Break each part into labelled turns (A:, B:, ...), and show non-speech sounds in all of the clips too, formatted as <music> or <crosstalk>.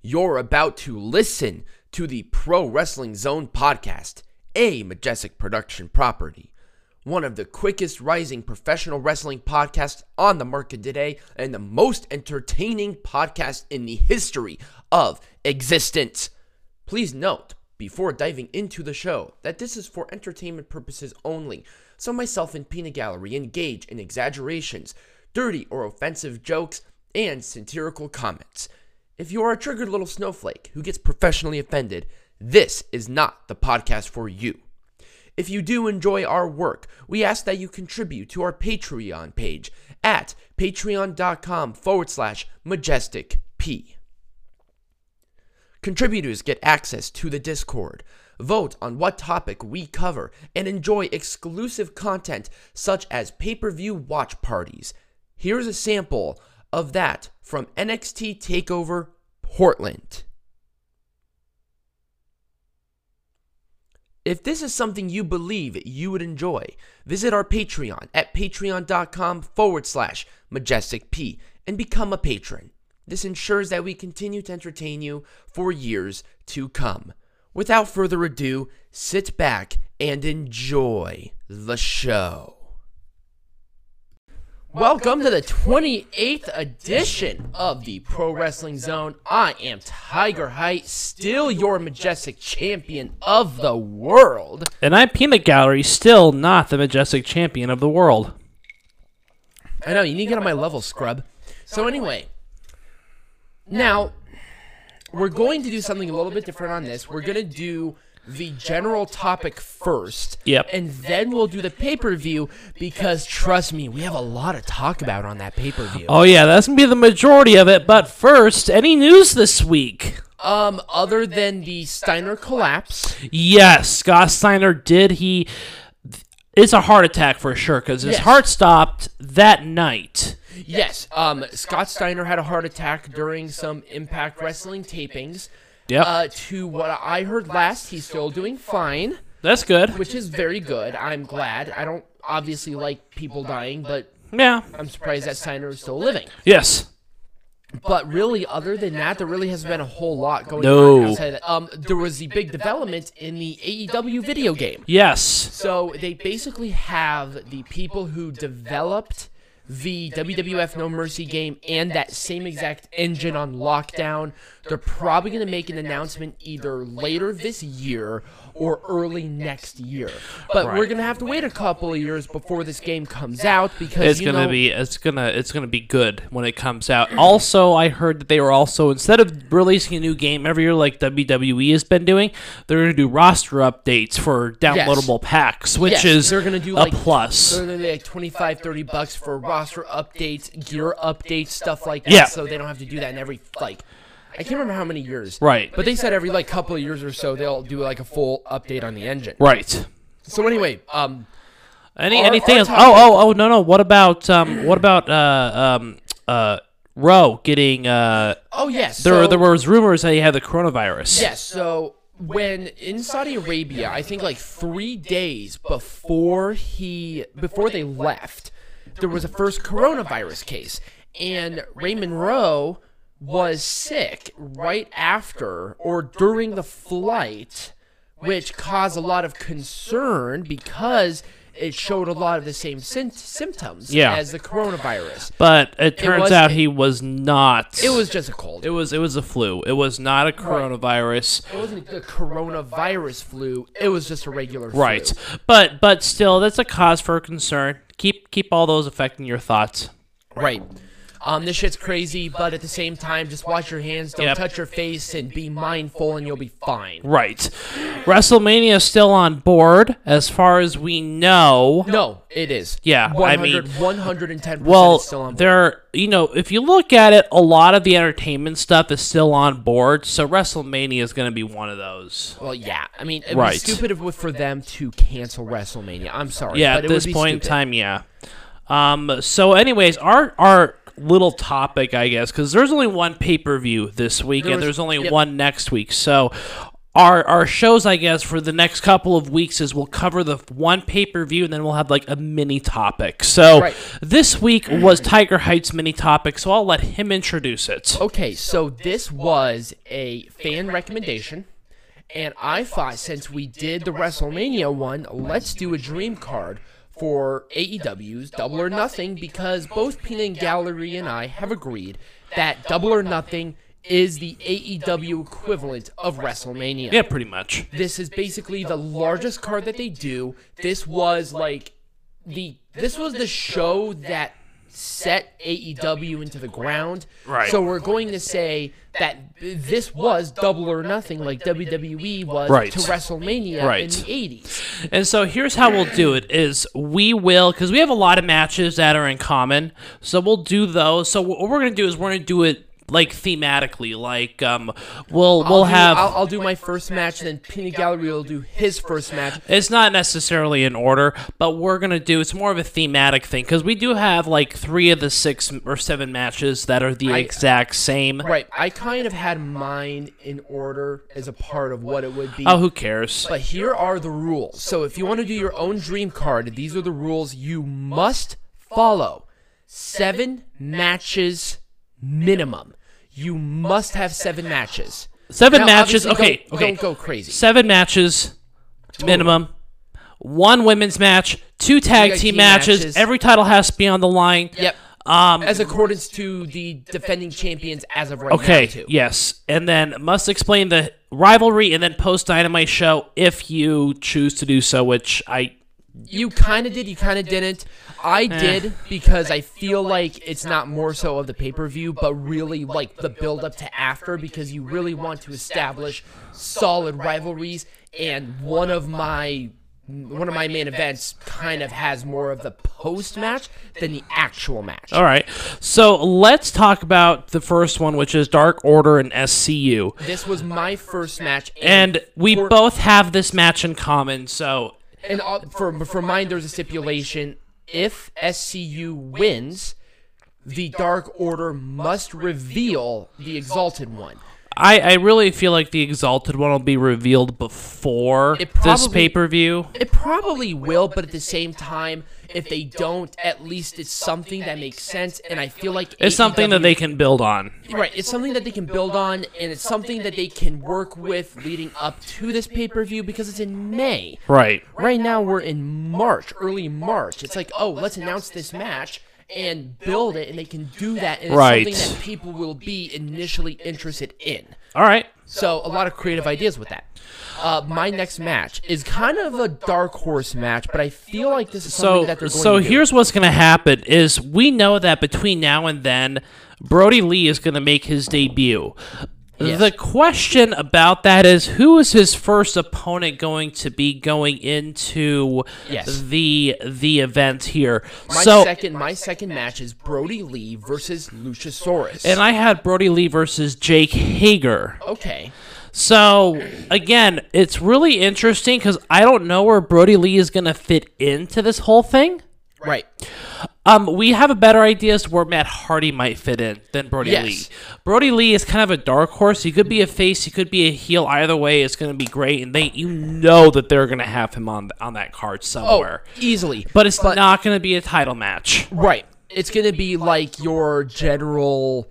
A: You're about to listen to the Pro Wrestling Zone podcast, a majestic production property. One of the quickest rising professional wrestling podcasts on the market today, and the most entertaining podcast in the history of existence. Please note, before diving into the show, that this is for entertainment purposes only, so myself and Peanut Gallery engage in exaggerations, dirty or offensive jokes, and satirical comments. If you are a triggered little snowflake who gets professionally offended, this is not the podcast for you. If you do enjoy our work, we ask that you contribute to our Patreon page at patreon.com forward slash majestic P. Contributors get access to the Discord, vote on what topic we cover, and enjoy exclusive content such as pay per view watch parties. Here's a sample of that from NXT TakeOver Portland. If this is something you believe you would enjoy, visit our Patreon at patreon.com forward slash majestic P and become a patron. This ensures that we continue to entertain you for years to come. Without further ado, sit back and enjoy the show. Welcome to the 28th edition of the Pro Wrestling Zone. I am Tiger Height, still your majestic champion of the world.
B: And I'm Peanut Gallery, still not the majestic champion of the world.
A: I know, you need to get on my level, scrub. So, anyway, now we're going to do something a little bit different on this. We're going to do the general topic first.
B: Yep.
A: And then we'll do the pay per view because, trust me, we have a lot to talk about on that pay per view.
B: Oh yeah, that's gonna be the majority of it. But first, any news this week?
A: Um, other than the Steiner collapse,
B: Yes, Scott Steiner did. He, it's a heart attack for sure because his
A: Yes.
B: heart stopped that night.
A: yes. Um, Scott Steiner had a heart attack during some Impact Wrestling tapings.
B: Yep,
A: Uh, to what I heard last, he's still doing fine,
B: that's good.
A: which is very good. I'm glad. I don't obviously like people dying, but
B: Yeah.
A: I'm surprised that Steiner is still living.
B: Yes.
A: But really, other than that, there really hasn't been a whole lot going
B: No.
A: on. Outside of that. Um, there was the big development in the AEW video game.
B: Yes.
A: So they basically have the people who developed the WWF No Mercy game and that same exact engine on lockdown. They're probably going to make an announcement either later this year or early next year. But we're
B: Right.
A: going to have to wait a couple of years before this game comes out because
B: It's
A: you
B: gonna
A: know,
B: be it's gonna it's gonna be good when it comes out. Also, I heard that they were also instead of releasing a new game every year like WWE has been doing, they're gonna do roster updates for downloadable packs, which
A: Yes,
B: is
A: they're gonna do,
B: a
A: like,
B: plus.
A: They're gonna be like 25, 30 bucks for roster updates, gear updates, stuff like that.
B: Yeah.
A: So they don't have to do that in every like. I can't remember how many years.
B: Right.
A: But they said every like couple of years or so they'll do like a full update on the engine.
B: Right.
A: So anyway, um,
B: Any
A: Our-
B: anything
A: our
B: else?
A: topic-
B: Oh oh oh no no. What about um what about uh um uh Roe getting uh
A: oh yes,
B: there
A: so,
B: there was rumors that he had the coronavirus.
A: yes. So when in Saudi Arabia, I think like three days before he before they left, there was a first coronavirus case, and Raymond Rowe was sick right after or during the flight, which caused a lot of concern because it showed a lot of the same sym- symptoms
B: Yeah.
A: as the coronavirus.
B: But it turns
A: was-
B: out he was not.
A: It was just a cold.
B: it was it was a flu. It was not a coronavirus.
A: It wasn't the coronavirus flu. It was just a regular flu.
B: Right. But but still that's a cause for concern. Keep keep all those affecting your thoughts.
A: Right. Um, this shit's crazy, but at the same time, just wash your hands, don't
B: Yep.
A: touch your face, and be mindful, and you'll be fine.
B: Right. WrestleMania is still on board as far as we know.
A: No, it is.
B: Yeah, I
A: 100,
B: mean-
A: 110%
B: Well,
A: it's still on board.
B: there, you know, if you look at it, a lot of the entertainment stuff is still on board. So WrestleMania is going to be one of those.
A: Well, yeah. I mean, it would be
B: Right.
A: stupid if, for them to cancel WrestleMania. I'm sorry.
B: Yeah,
A: but
B: at
A: it would
B: this
A: be
B: point
A: stupid.
B: in time, yeah. Um. So, anyways, our our little topic, I guess, because there's only one pay per view this week,
A: There
B: and
A: was-
B: there's only
A: yep.
B: one next week. So, our our shows, I guess, for the next couple of weeks is we'll cover the one pay per view, and then we'll have like a mini topic. So
A: Right.
B: this week was Tiger Heights mini topic, so I'll let him introduce it.
A: Okay, so this was a fan recommendation, and I thought since we did the WrestleMania one, let's do a dream card for AEW's Double or Nothing because both Pina and Gallery and I have agreed that Double or Nothing is the AEW equivalent of WrestleMania
B: Yeah, pretty much.
A: this is basically the largest card that they do. This was like the this was the show that set AEW into the ground.
B: Right.
A: So we're going to say that this was double or nothing like WWE was
B: Right.
A: to WrestleMania in
B: Right.
A: the 80s.
B: And so here's how we'll do it is we will cuz we have a lot of matches that are in common. So we'll do those. So what we're going to do is we're going to do it like thematically like um we'll we'll
A: I'll do-
B: have
A: I'll, I'll do my first match then Pina Gallery will do his first match.
B: it's not necessarily in order, but we're going to do it's more of a thematic thing cuz we do have like 3 of the 6 or 7 matches that are the exact same.
A: Right. I kind of had mine in order as a part of what it would be.
B: Oh, who cares?
A: But here are the rules. So if you want to do your own dream card, these are the rules you must follow. Seven matches minimum. You must have seven matches.
B: 7
A: Now,
B: matches.
A: obviously,
B: Okay,
A: don't-
B: okay.
A: Don't go crazy.
B: seven matches minimum, one women's match, two tag
A: tag
B: team
A: team
B: matches.
A: matches.
B: Every title has to be on the line.
A: Yep.
B: Um,
A: As accordance to the defending champions as of right
B: okay.
A: now, too.
B: Yes, and then must explain the rivalry, and then post dynamite show if you choose to do so. Which I
A: You kind of did, you kind of didn't. I did because I feel like it's not more so of the pay per view, but really like the build up to after because you really want to establish solid rivalries. And one of my one of my main events kind of has more of the post match than the actual match.
B: all right. So let's talk about the first one, which is Dark Order and SCU,
A: This was my first match,
B: and we
A: for-
B: both have this match in common. So
A: And uh, for for mine, there's a stipulation: if SCU wins, the Dark Order must reveal the Exalted One.
B: I, I really feel like the Exalted one will be revealed before
A: It
B: this
A: probably-
B: pay per view.
A: It probably will, but at the same time, if they don't, at least it's something that makes sense. And I feel like
B: It's something that
A: AEW
B: they can build on.
A: right. It's something that they can build on, and it's something that they can work with leading up to this pay per view because it's in May.
B: Right.
A: Right now we're in March, early March. It's like, oh, let's announce this match and build it, and they can do that, and it's
B: Right.
A: something that people will be initially interested in.
B: All right.
A: So a lot of creative ideas with that. Uh, my next match is kind of a dark horse match, but I feel like this is something
B: So
A: that they're going
B: so
A: to do.
B: here's what's going to happen is we know that between now and then Brody Lee is going to make his debut.
A: Yes.
B: The question about that is who is his first opponent going to be going into
A: Yes.
B: the the event here?
A: my
B: so
A: second, my second match is Brody Lee versus Luchasaurus.
B: and I had Brody Lee versus Jake Hager.
A: okay,
B: So again, it's really interesting cuz I don't know where Brody Lee is going to fit into this whole thing.
A: right.
B: Um, we have a better idea as to where Matt Hardy might fit in than Brody
A: Yes.
B: Lee. Brody Lee is kind of a dark horse. He could be a face. He could be a heel. Either way, it's going to be great, and they you know that they're going to have him on on that card
A: Oh,
B: somewhere.
A: easily.
B: but it's not going to be a title match.
A: Right. It's going to be like your general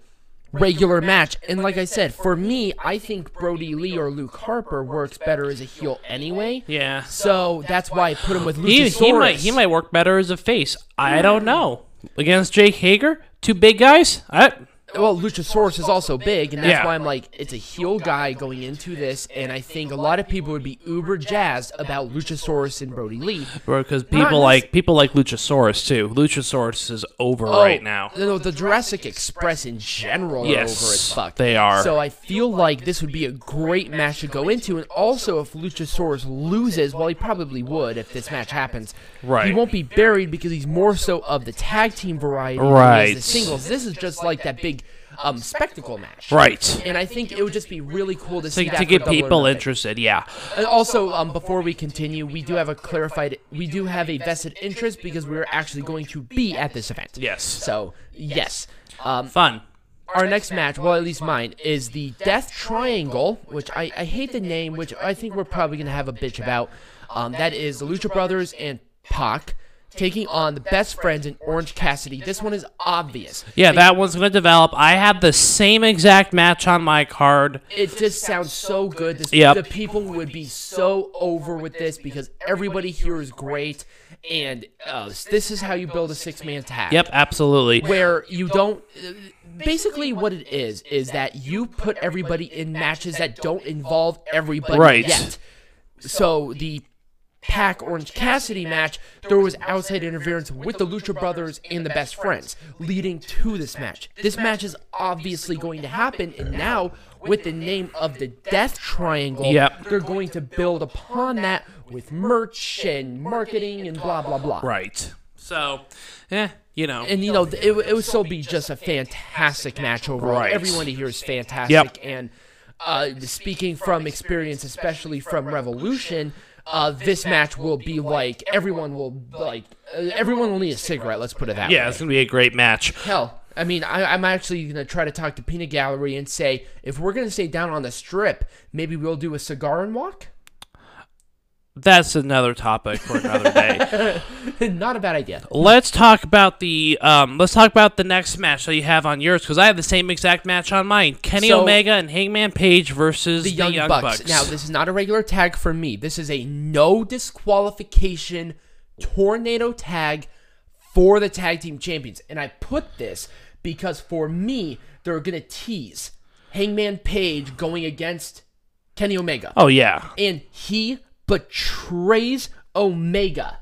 A: regular match. And like I said, for me, I think Brody Lee or Luke Harper works better as a heel anyway.
B: Yeah,
A: So that's why I put him with
B: he,
A: Luchasaurus.
B: he might he might work better as a face. I don't know against Jake Hager, two big guys. I,
A: Well, Luchasaurus is also big, and that's
B: Yeah.
A: why I'm like, it's a heel guy going into this, and I think a lot of people would be uber jazzed about Luchasaurus and Brody Lee.
B: because people
A: this-
B: like people like Luchasaurus too. Luchasaurus is over right
A: Oh,
B: now.
A: No, the Jurassic Express in general are
B: Yes,
A: over as fuck.
B: they are.
A: So I feel like this would be a great match to go into, and also if Luchasaurus loses, well, he probably would if this match happens. He
B: Right.
A: won't be buried because he's more so of the tag team variety. than he is
B: Right.
A: The singles. This is just like that big um, spectacle match.
B: Right.
A: And I think it would just be really cool to see
B: to,
A: that
B: to
A: for
B: get
A: Double or
B: people
A: Nothing.
B: interested. Yeah,
A: And also, um, before we continue, we do have a clarified, we do have a vested interest because we're actually going to be at this event.
B: Yes.
A: So, yes. Um,
B: fun.
A: our next match, well, at least mine, is the Death Triangle, which I, I hate the name, which I think we're probably going to have a bitch about. Um, that is the Lucha Brothers and Pac taking on the best friends in Orange Cassidy. This one is obvious.
B: Yeah, that one's going to develop. I have the same exact match on my card.
A: It just sounds so good. This,
B: Yep.
A: The people would be so over with this because everybody here is great. And uh, this is how you build a six man tag
B: Yep, absolutely.
A: where you don't uh, basically what it is is that you put everybody in matches that don't involve everybody
B: Right.
A: yet so the pack orange cassidy match there was outside interference with the lucha brothers and the best friends leading to this match this match is obviously going to happen and now with the name of the death triangle
B: Yep.
A: they're going to build upon that with merch and marketing and blah blah blah
B: Right. So, yeah, you know.
A: and you know, th- it, w- it would still be just a fantastic match overall.
B: Right.
A: Everyone here is fantastic.
B: Yep.
A: And uh, speaking from experience, especially from Revolution, uh, this match will be like everyone will like uh, everyone will need a cigarette. Let's put it that
B: yeah,
A: way.
B: it's going to be a great match.
A: Hell, I mean, I, I'm actually gonna try to talk to Pina Gallery and say if we're gonna stay down on the strip, maybe we'll do a cigar and walk. <laughs>
B: That's another topic for another
A: <laughs>
B: day.
A: Not a bad idea.
B: let's talk about the um, let's talk about the next match that you have on yours because I have the same exact match on mine: Kenny
A: So-
B: Omega and Hangman Page versus
A: the Young, Bucks. Now, this is not a regular tag for me. This is a no disqualification tornado tag for the tag team champions. And I put this because for me, they're going to tease Hangman Page going against Kenny Omega.
B: oh yeah,
A: And he betrays Omega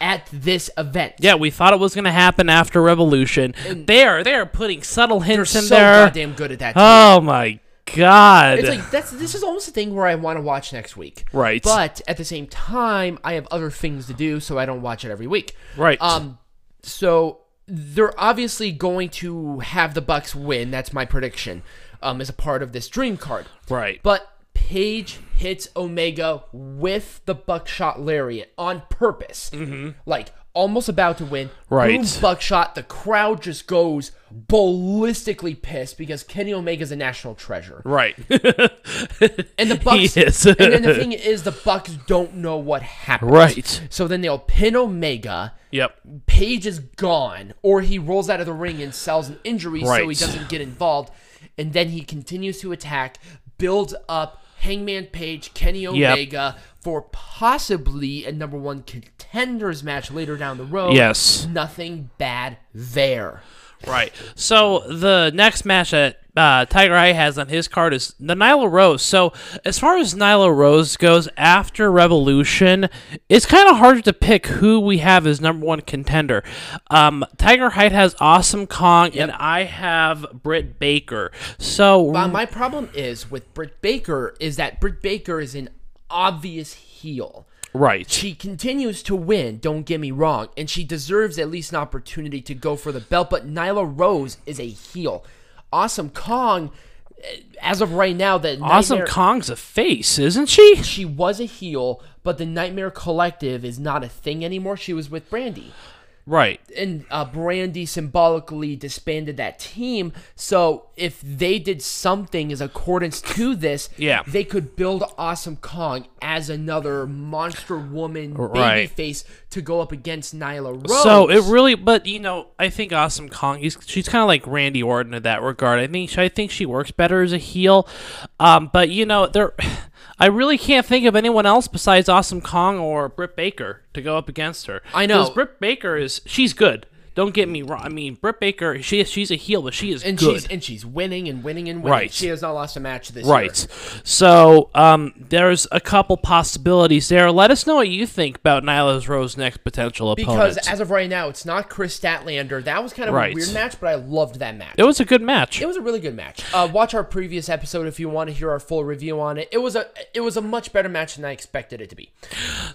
A: at this event.
B: yeah. We thought it was going to happen after Revolution. they are they are putting subtle
A: They're
B: hints
A: so
B: in there.
A: goddamn good at that.
B: oh my god!
A: It's like that's this is almost a thing where I want to watch next week.
B: Right.
A: But at the same time, I have other things to do, so I don't watch it every week.
B: Right.
A: Um so they're obviously going to have the Bucks win, that's my prediction. Um as a part of this dream card.
B: right.
A: But Paige hits Omega with the buckshot lariat on purpose. Mm-hmm. Like almost about to win.
B: Right.
A: Boom, buckshot. The crowd just goes ballistically pissed because Kenny Omega's a national treasure.
B: Right.
A: <laughs> And the
B: <laughs>
A: Bucks.
B: is.
A: and then the thing is, the Bucks don't know what happened.
B: Right.
A: So then they'll pin Omega.
B: yep.
A: Page is gone, or he rolls out of the ring and sells an injury so he
B: Right.
A: doesn't get involved. And then he continues to attack, builds up Hangman Page, Kenny Omega for possibly a number one contenders match later down the road.
B: Yes.
A: Nothing bad there.
B: Right. So the next match that uh, Tiger Eye has on his card is the Nyla Rose. So as far as Nyla Rose goes, after Revolution, it's kind of hard to pick who we have as number one contender. Um, Tiger Height has Awesome Kong, and I have Britt Baker. So
A: Uh, my problem is with Britt Baker is that Britt Baker is an obvious heel.
B: right.
A: She continues to win, don't get me wrong, and she deserves at least an opportunity to go for the belt, but Nyla Rose is a heel. Awesome Kong, eh, as of right now, that
B: Awesome
A: Nightmare-
B: Kong's a face, isn't she?
A: she was a heel, but the Nightmare Collective is not a thing anymore. She was with Brandy.
B: Right.
A: And uh, Brandy symbolically disbanded that team. So if they did something as accordance to this,
B: Yeah.
A: they could build Awesome Kong as another monster woman
B: Right.
A: babyface to go up against Nyla Rose.
B: So it really, but you know, I think Awesome Kong. He's, she's kind of like Randy Orton in that regard. I think she, I think she works better as a heel. Um, but you know, there, <sighs> I really can't think of anyone else besides Awesome Kong or Britt Baker to go up against her.
A: I know.
B: 'Cause Britt Baker is she's good. Don't get me wrong. I mean, Britt Baker, she she's a heel, but she is
A: and
B: good.
A: she's and she's winning and winning and winning.
B: Right.
A: She has not lost a match this year.
B: Right. So um, there's a couple possibilities there. Let us know what you think about Nyla's Rose next potential opponent.
A: Because as of right now, it's not Chris Statlander. That was kind of
B: Right.
A: a weird match, but I loved that match.
B: it was a good match.
A: It was a really good match. Uh, watch our previous episode if you want to hear our full review on it. It was a it was a much better match than I expected it to be.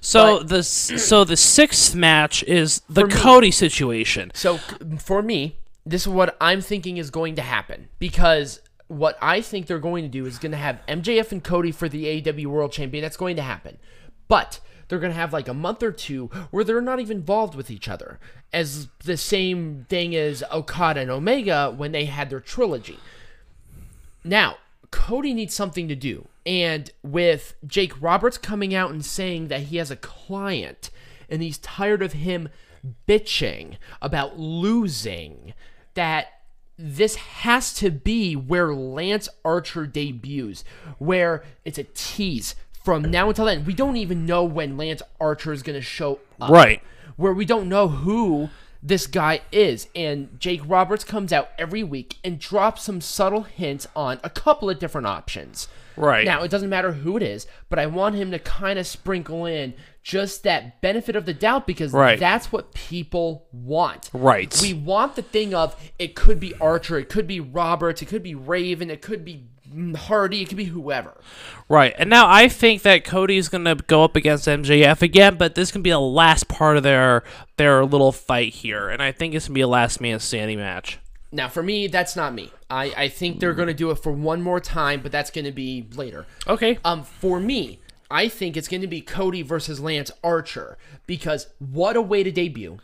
B: So the s- so the sixth match is the Cody situation.
A: So c- for me, this is what I'm thinking is going to happen because what I think E they're going to do is going to have MJF and Cody for the AEW World Champion. That's going to happen, but they're going to have like a month or two where they're not even involved with each other, as the same thing as Okada and Omega when they had their trilogy. Now, Cody needs something to do. And with Jake Roberts coming out and saying that he has a client and he's tired of him bitching about losing, that this has to be where Lance Archer debuts, where it's a tease from now until then. We don't even know when Lance Archer is going to show up.
B: Right.
A: Where we don't know who this guy is. And Jake Roberts comes out every week and drops some subtle hints on a couple of different options.
B: Right.
A: Now, it doesn't matter who it is, but I want him to kind of sprinkle in just that benefit of the doubt because
B: Right.
A: that's what people want.
B: Right.
A: We want the thing of it could be Archer, it could be Roberts, it could be Raven, it could be Hardy, it could be whoever.
B: Right. And now I think that Cody's going to go up against MJF again, but this can be a last part of their their little fight here. And I think it's going to be a last man standing match.
A: Now, for me, that's not me. I, I think they're going to do it for one more time, but that's going to be later.
B: Okay.
A: Um, for me, I think it's going to be Cody versus Lance Archer because what a way to debut.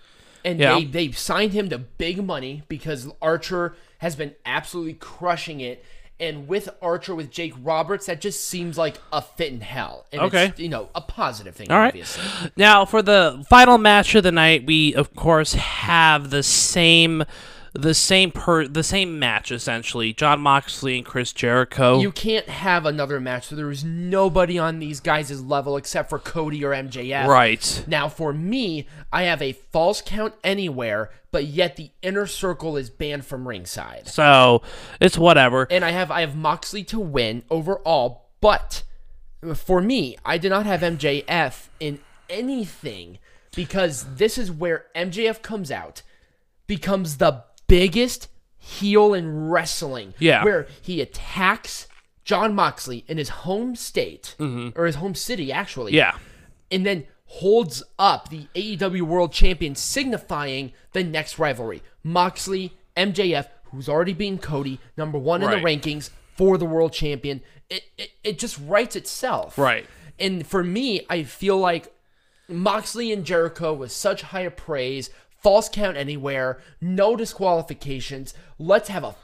A: And
B: Yeah.
A: they, they signed him to big money because Archer has been absolutely crushing it. And with Archer, with Jake Roberts, that just seems like a fit in hell. And
B: Okay.
A: it's, you know, a positive thing,
B: All right.
A: obviously.
B: Now for the final match of the night, we of course have the same the same per the same match essentially. John Moxley and Chris Jericho.
A: You can't have another match. So there is nobody on these guys' level except for Cody or MJF.
B: right.
A: Now, for me, I have a false count anywhere, but yet the inner circle is banned from ringside.
B: So it's whatever.
A: and I have I have Moxley to win overall, but for me, I did not have MJF in anything because this is where MJF comes out, becomes the biggest heel in wrestling.
B: Yeah.
A: Where he attacks John Moxley in his home state or his home city actually
B: yeah.
A: and then holds up the AEW World Champion, signifying the next rivalry. Moxley, MJF, who's already beaten Cody, number one in the
B: Right.
A: rankings for the World Champion. It, it, it just writes itself.
B: Right.
A: And for me, I feel like Moxley and Jericho with such high praise, false count anywhere, no disqualifications. Let's have a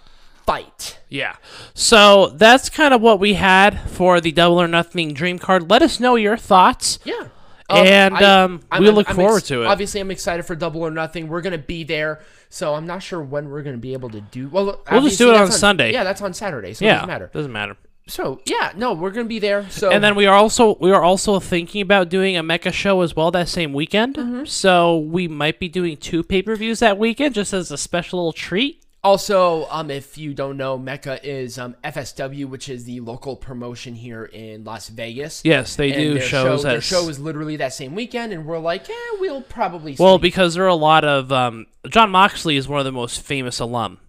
A: fight.
B: Yeah. So that's kind of what we had for the Double or Nothing Dream Card. Let us know your thoughts.
A: Yeah.
B: And, um, we look forward to it.
A: Obviously, I'm excited for Double or Nothing. We're gonna be there, so I'm not sure when we're gonna be able to do. Well,
B: We'll just do it
A: obviously,
B: on
A: that's
B: Sunday.
A: Yeah, that's on Saturday, so it
B: Yeah.
A: doesn't matter.
B: Doesn't matter. Oh.
A: So yeah, no, we're gonna be there. So
B: And then we are also we are also thinking about doing a mecha show as well that same weekend. So we might be doing two pay per views that weekend just as a special little treat.
A: also, um, if you don't know, Mecca is um FSW, which is the local promotion here in Las Vegas.
B: Yes, they
A: And
B: do
A: their
B: shows.
A: Show, their
B: as-
A: show is literally that same weekend, and we're like, yeah, we'll probably.
B: well
A: sneak
B: because there are a lot of um, John Moxley is one of the most famous alum.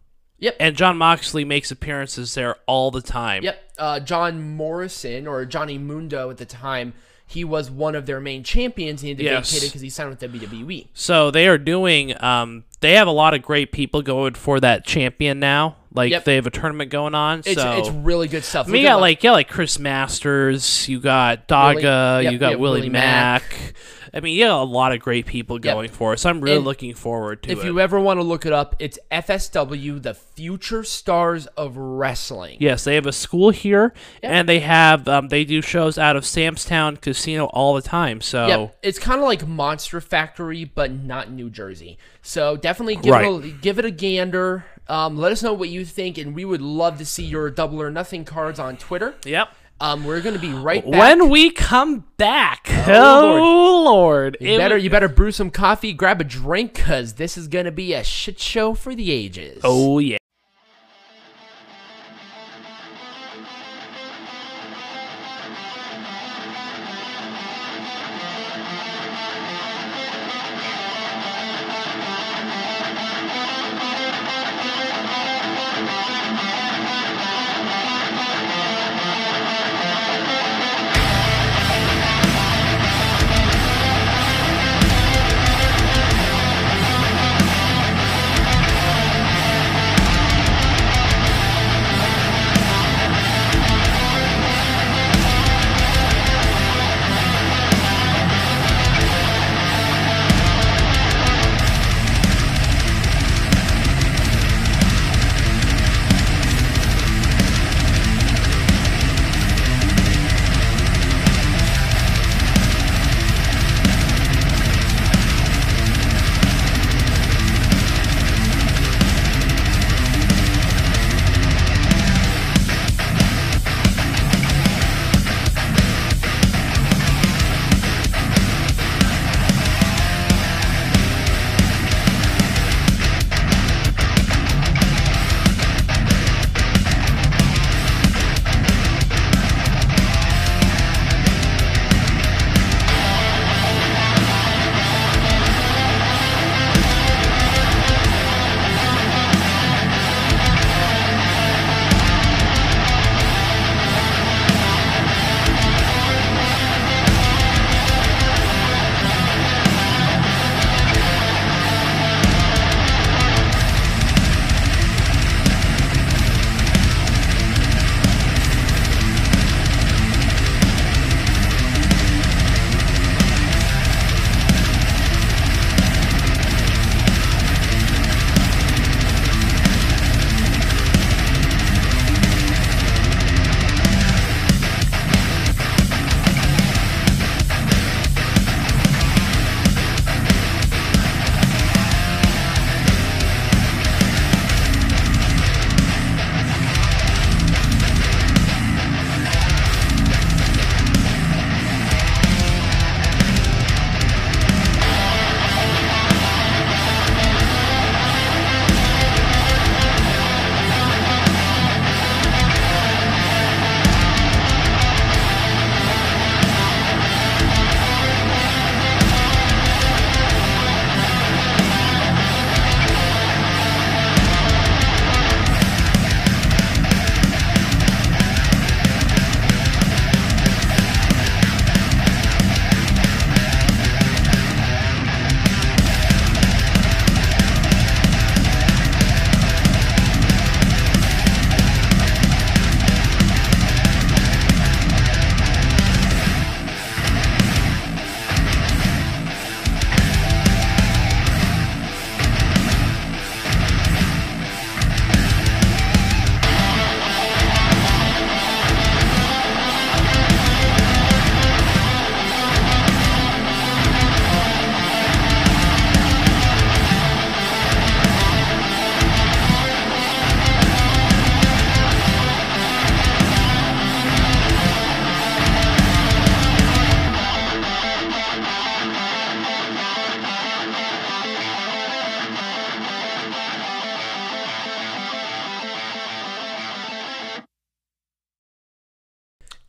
A: Yep.
B: And John Moxley makes appearances there all the time.
A: Yep. Uh, John Morrison or Johnny Mundo at the time, he was one of their main champions. He had to
B: Yes.
A: vacate because he signed with E. WWE.
B: So they are doing. Um, they have a lot of great people going for that champion now. Like
A: Yep.
B: they have a tournament going on.
A: It's,
B: so
A: it's really good stuff.
B: I mean,
A: We
B: you
A: got,
B: got like yeah, like Chris Masters. You got Daga.
A: Willie- yep,
B: you got
A: yep,
B: Willie
A: Willie
B: Mack. I mean, yeah, a lot of great people
A: Yep.
B: going for it. So I'm really
A: And
B: looking forward to
A: if
B: it.
A: you ever want to look it up, it's FSW, the Future Stars of Wrestling.
B: yes, they have a school here, and they have um, they do shows out of Samstown Casino all the time. So
A: Yep, it's kind of like Monster Factory, but not New Jersey. So definitely give it a, give it a gander. Um, let us know what you think, and we would love to see your double or nothing cards on Twitter.
B: yep.
A: Um, we're gonna be right back.
B: When we come back, oh,
A: Oh,
B: lord,
A: You
B: it
A: better
B: would-
A: you better brew some coffee, grab a drink, cause this is gonna be a shit show for the ages.
B: oh yeah.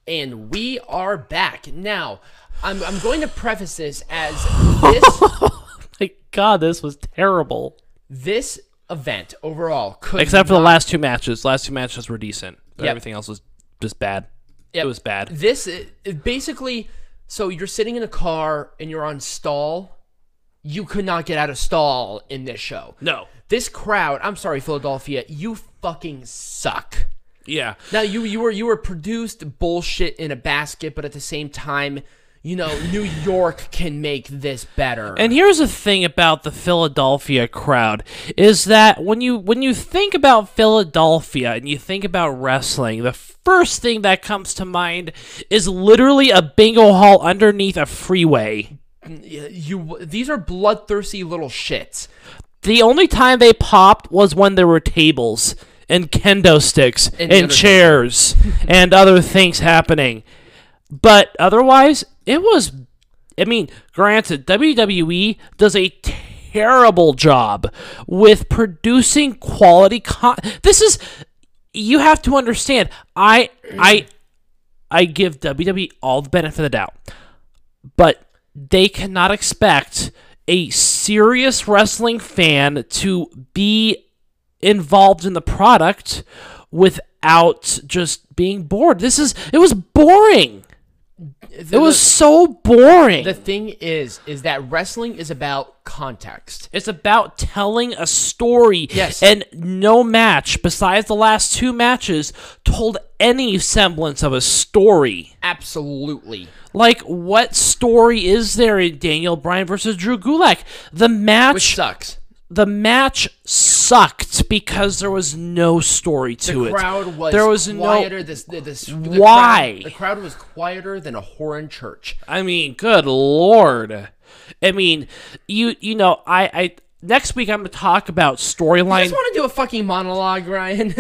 A: and we are back. Now, I'm, I'm going to preface this
B: <laughs>
A: as this
B: My God, this was terrible.
A: this event overall could
B: Except for the last two matches. Last two matches were decent. But
A: Yep.
B: Everything else was just bad.
A: Yep.
B: It was bad.
A: this it basically so you're sitting in a car and you're on stall. You could not get out of stall in this show.
B: No.
A: This crowd, I'm sorry, Philadelphia, you fucking suck.
B: Yeah.
A: Now you you were you were produced bullshit in a basket, but at the same time, you know
B: <sighs>
A: New York can make this better.
B: And here's the thing about the Philadelphia crowd is that when you when you think about Philadelphia and you think about wrestling, the first thing that comes to mind is literally a bingo hall underneath a freeway.
A: you these are bloodthirsty little shits.
B: The only time they popped was when there were tables and kendo sticks
A: And
B: and,
A: the other things. <laughs>
B: chairs and other things happening. But otherwise, it was. I mean, granted, WWE does a terrible job with producing quality con. This is. You have to understand. I I I give WWE all the benefit of the doubt but they cannot expect a serious wrestling fan to be involved in the product without just being bored. This is it was boring. It was so boring.
A: The thing is, is that wrestling is about context.
B: It's about telling a story.
A: Yes.
B: And no match, besides the last two matches, told any semblance of a story.
A: Absolutely.
B: Like, what story is there in Daniel Bryan versus Drew Gulak? The match
A: Which sucks.
B: the match sucked because there was no story to
A: The
B: it.
A: crowd was,
B: there was
A: quieter.
B: no.
A: This, this, the
B: Why?
A: Crowd, the crowd was quieter than a whore in church.
B: I mean, good lord. I mean, you you know, I I next week I'm gonna talk about
A: I
B: storyline.
A: just want to do a fucking monologue, Ryan.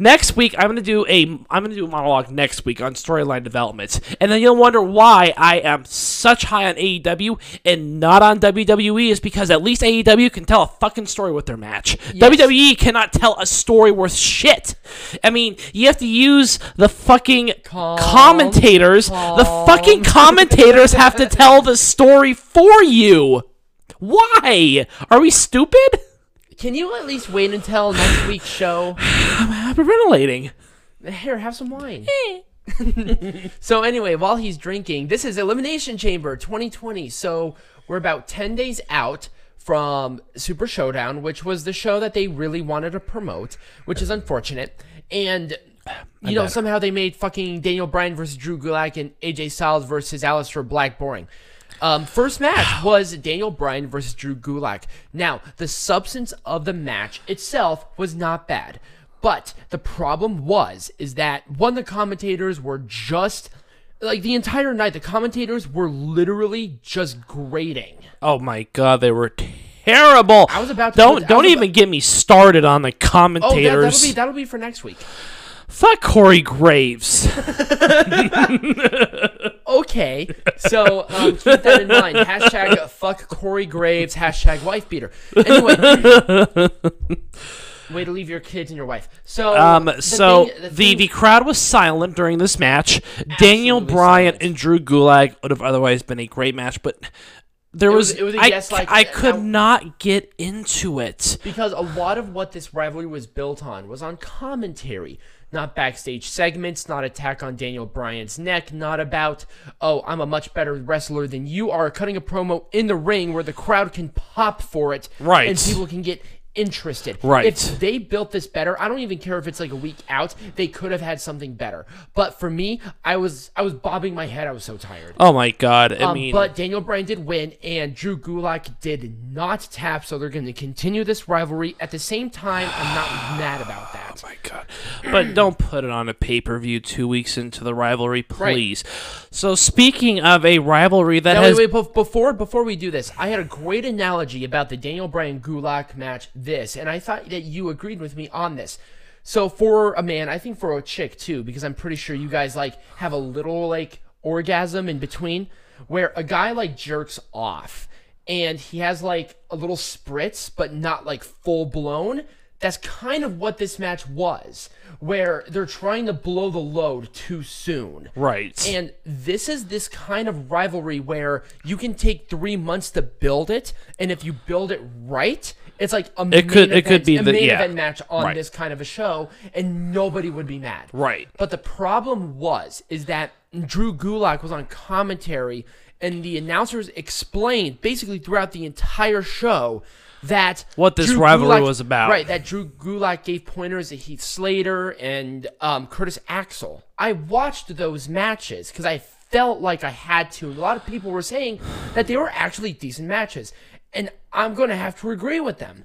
B: next week I'm gonna do a I'm gonna do a monologue next week on storyline development, and then you'll wonder why I am such high on AEW and not on WWE is because at least AEW can tell a fucking story with their match. WWE cannot tell a story worth shit. I mean, you have to use the fucking
A: Calm,
B: commentators. The fucking commentators have to tell the story for you. Why? Are we stupid?
A: <laughs> Can you at least wait until next week's show?
B: I'm hyperventilating.
A: Here, have some wine. so anyway, while he's drinking, this is Elimination Chamber 2020. So we're about 10 days out from Super Showdown, which was the show that they really wanted to promote, which is unfortunate. And you know, somehow they made fucking Daniel Bryan versus Drew Gulak and AJ Styles versus Aleister Black boring. Um, first match was Daniel Bryan versus Drew Gulak. Now, the substance of the match itself was not bad, but the problem was is that one, the commentators were just like the entire night. The commentators were literally just grading.
B: Oh my god, they were terrible. I
A: was about to- I
B: don't
A: was
B: don't
A: about-
B: even get me started on the
A: Oh, that, that'll
B: commentators.
A: be that'll be for next week.
B: Fuck
A: <laughs>
B: Corey Graves.
A: Okay, so um, keep that in mind. Hashtag fuck Corey Graves. Hashtag wife beater.
B: <laughs>
A: Anyway, way to leave your kids and your wife. So
B: Um,
A: the
B: so
A: thing-
B: the, the
A: thing-
B: crowd was silent during this match. Daniel
A: Absolutely
B: Bryan
A: silent.
B: and Drew Gulak would have otherwise been a great match, but there
A: was-
B: was,
A: it was a
B: I,
A: yes, like,
B: I
A: uh,
B: could
A: now-
B: not get into it.
A: because a lot of what this rivalry was built on was on commentary, not backstage segments, not attack on Daniel Bryan's neck, not about oh I'm a much better wrestler than you are, cutting a promo in the ring where the crowd can pop for it,
B: Right.
A: And people can get interested,
B: Right.
A: If they built this better. I don't even care if it's like a week out. They could have had something better. But for me, I was I was bobbing my head. I was so tired.
B: Oh my god! I
A: Um,
B: mean,
A: but Daniel Bryan did win, and Drew Gulak did not tap, so they're going to continue this rivalry. At the same time, I'm not mad about that.
B: oh my god. But <clears throat> don't put it on a pay per view two weeks into the rivalry, please. So speaking of a rivalry that
A: Now,
B: has
A: wait, wait, bef- before before we do this, I had a great analogy about the Daniel Bryan Gulak match. This, and I thought that you agreed with me on this. So for a man, I think for a chick too, because I'm pretty sure you guys like have a little like orgasm in between, where a guy like jerks off, and he has like a little spritz, but not like full blown. That's kind of what this match was, where they're trying to blow the load too soon.
B: Right.
A: And this is this kind of rivalry where you can take three months to build it, and if you build it right, it's like a main
B: could- it
A: event,
B: could be
A: a
B: the-
A: main
B: yeah.
A: event match on
B: Right.
A: this kind of a show, and nobody would be mad.
B: Right.
A: But the problem was is that Drew Gulak was on commentary, and the announcers explained basically throughout the entire show that
B: What this
A: Drew
B: rivalry
A: Gulak-
B: was about.
A: Right, that Drew Gulak gave pointers to Heath Slater and um, Curtis Axel. I watched those matches because I felt like I had to. And a lot of people were saying that they were actually decent matches, and I'm going to have to agree with them.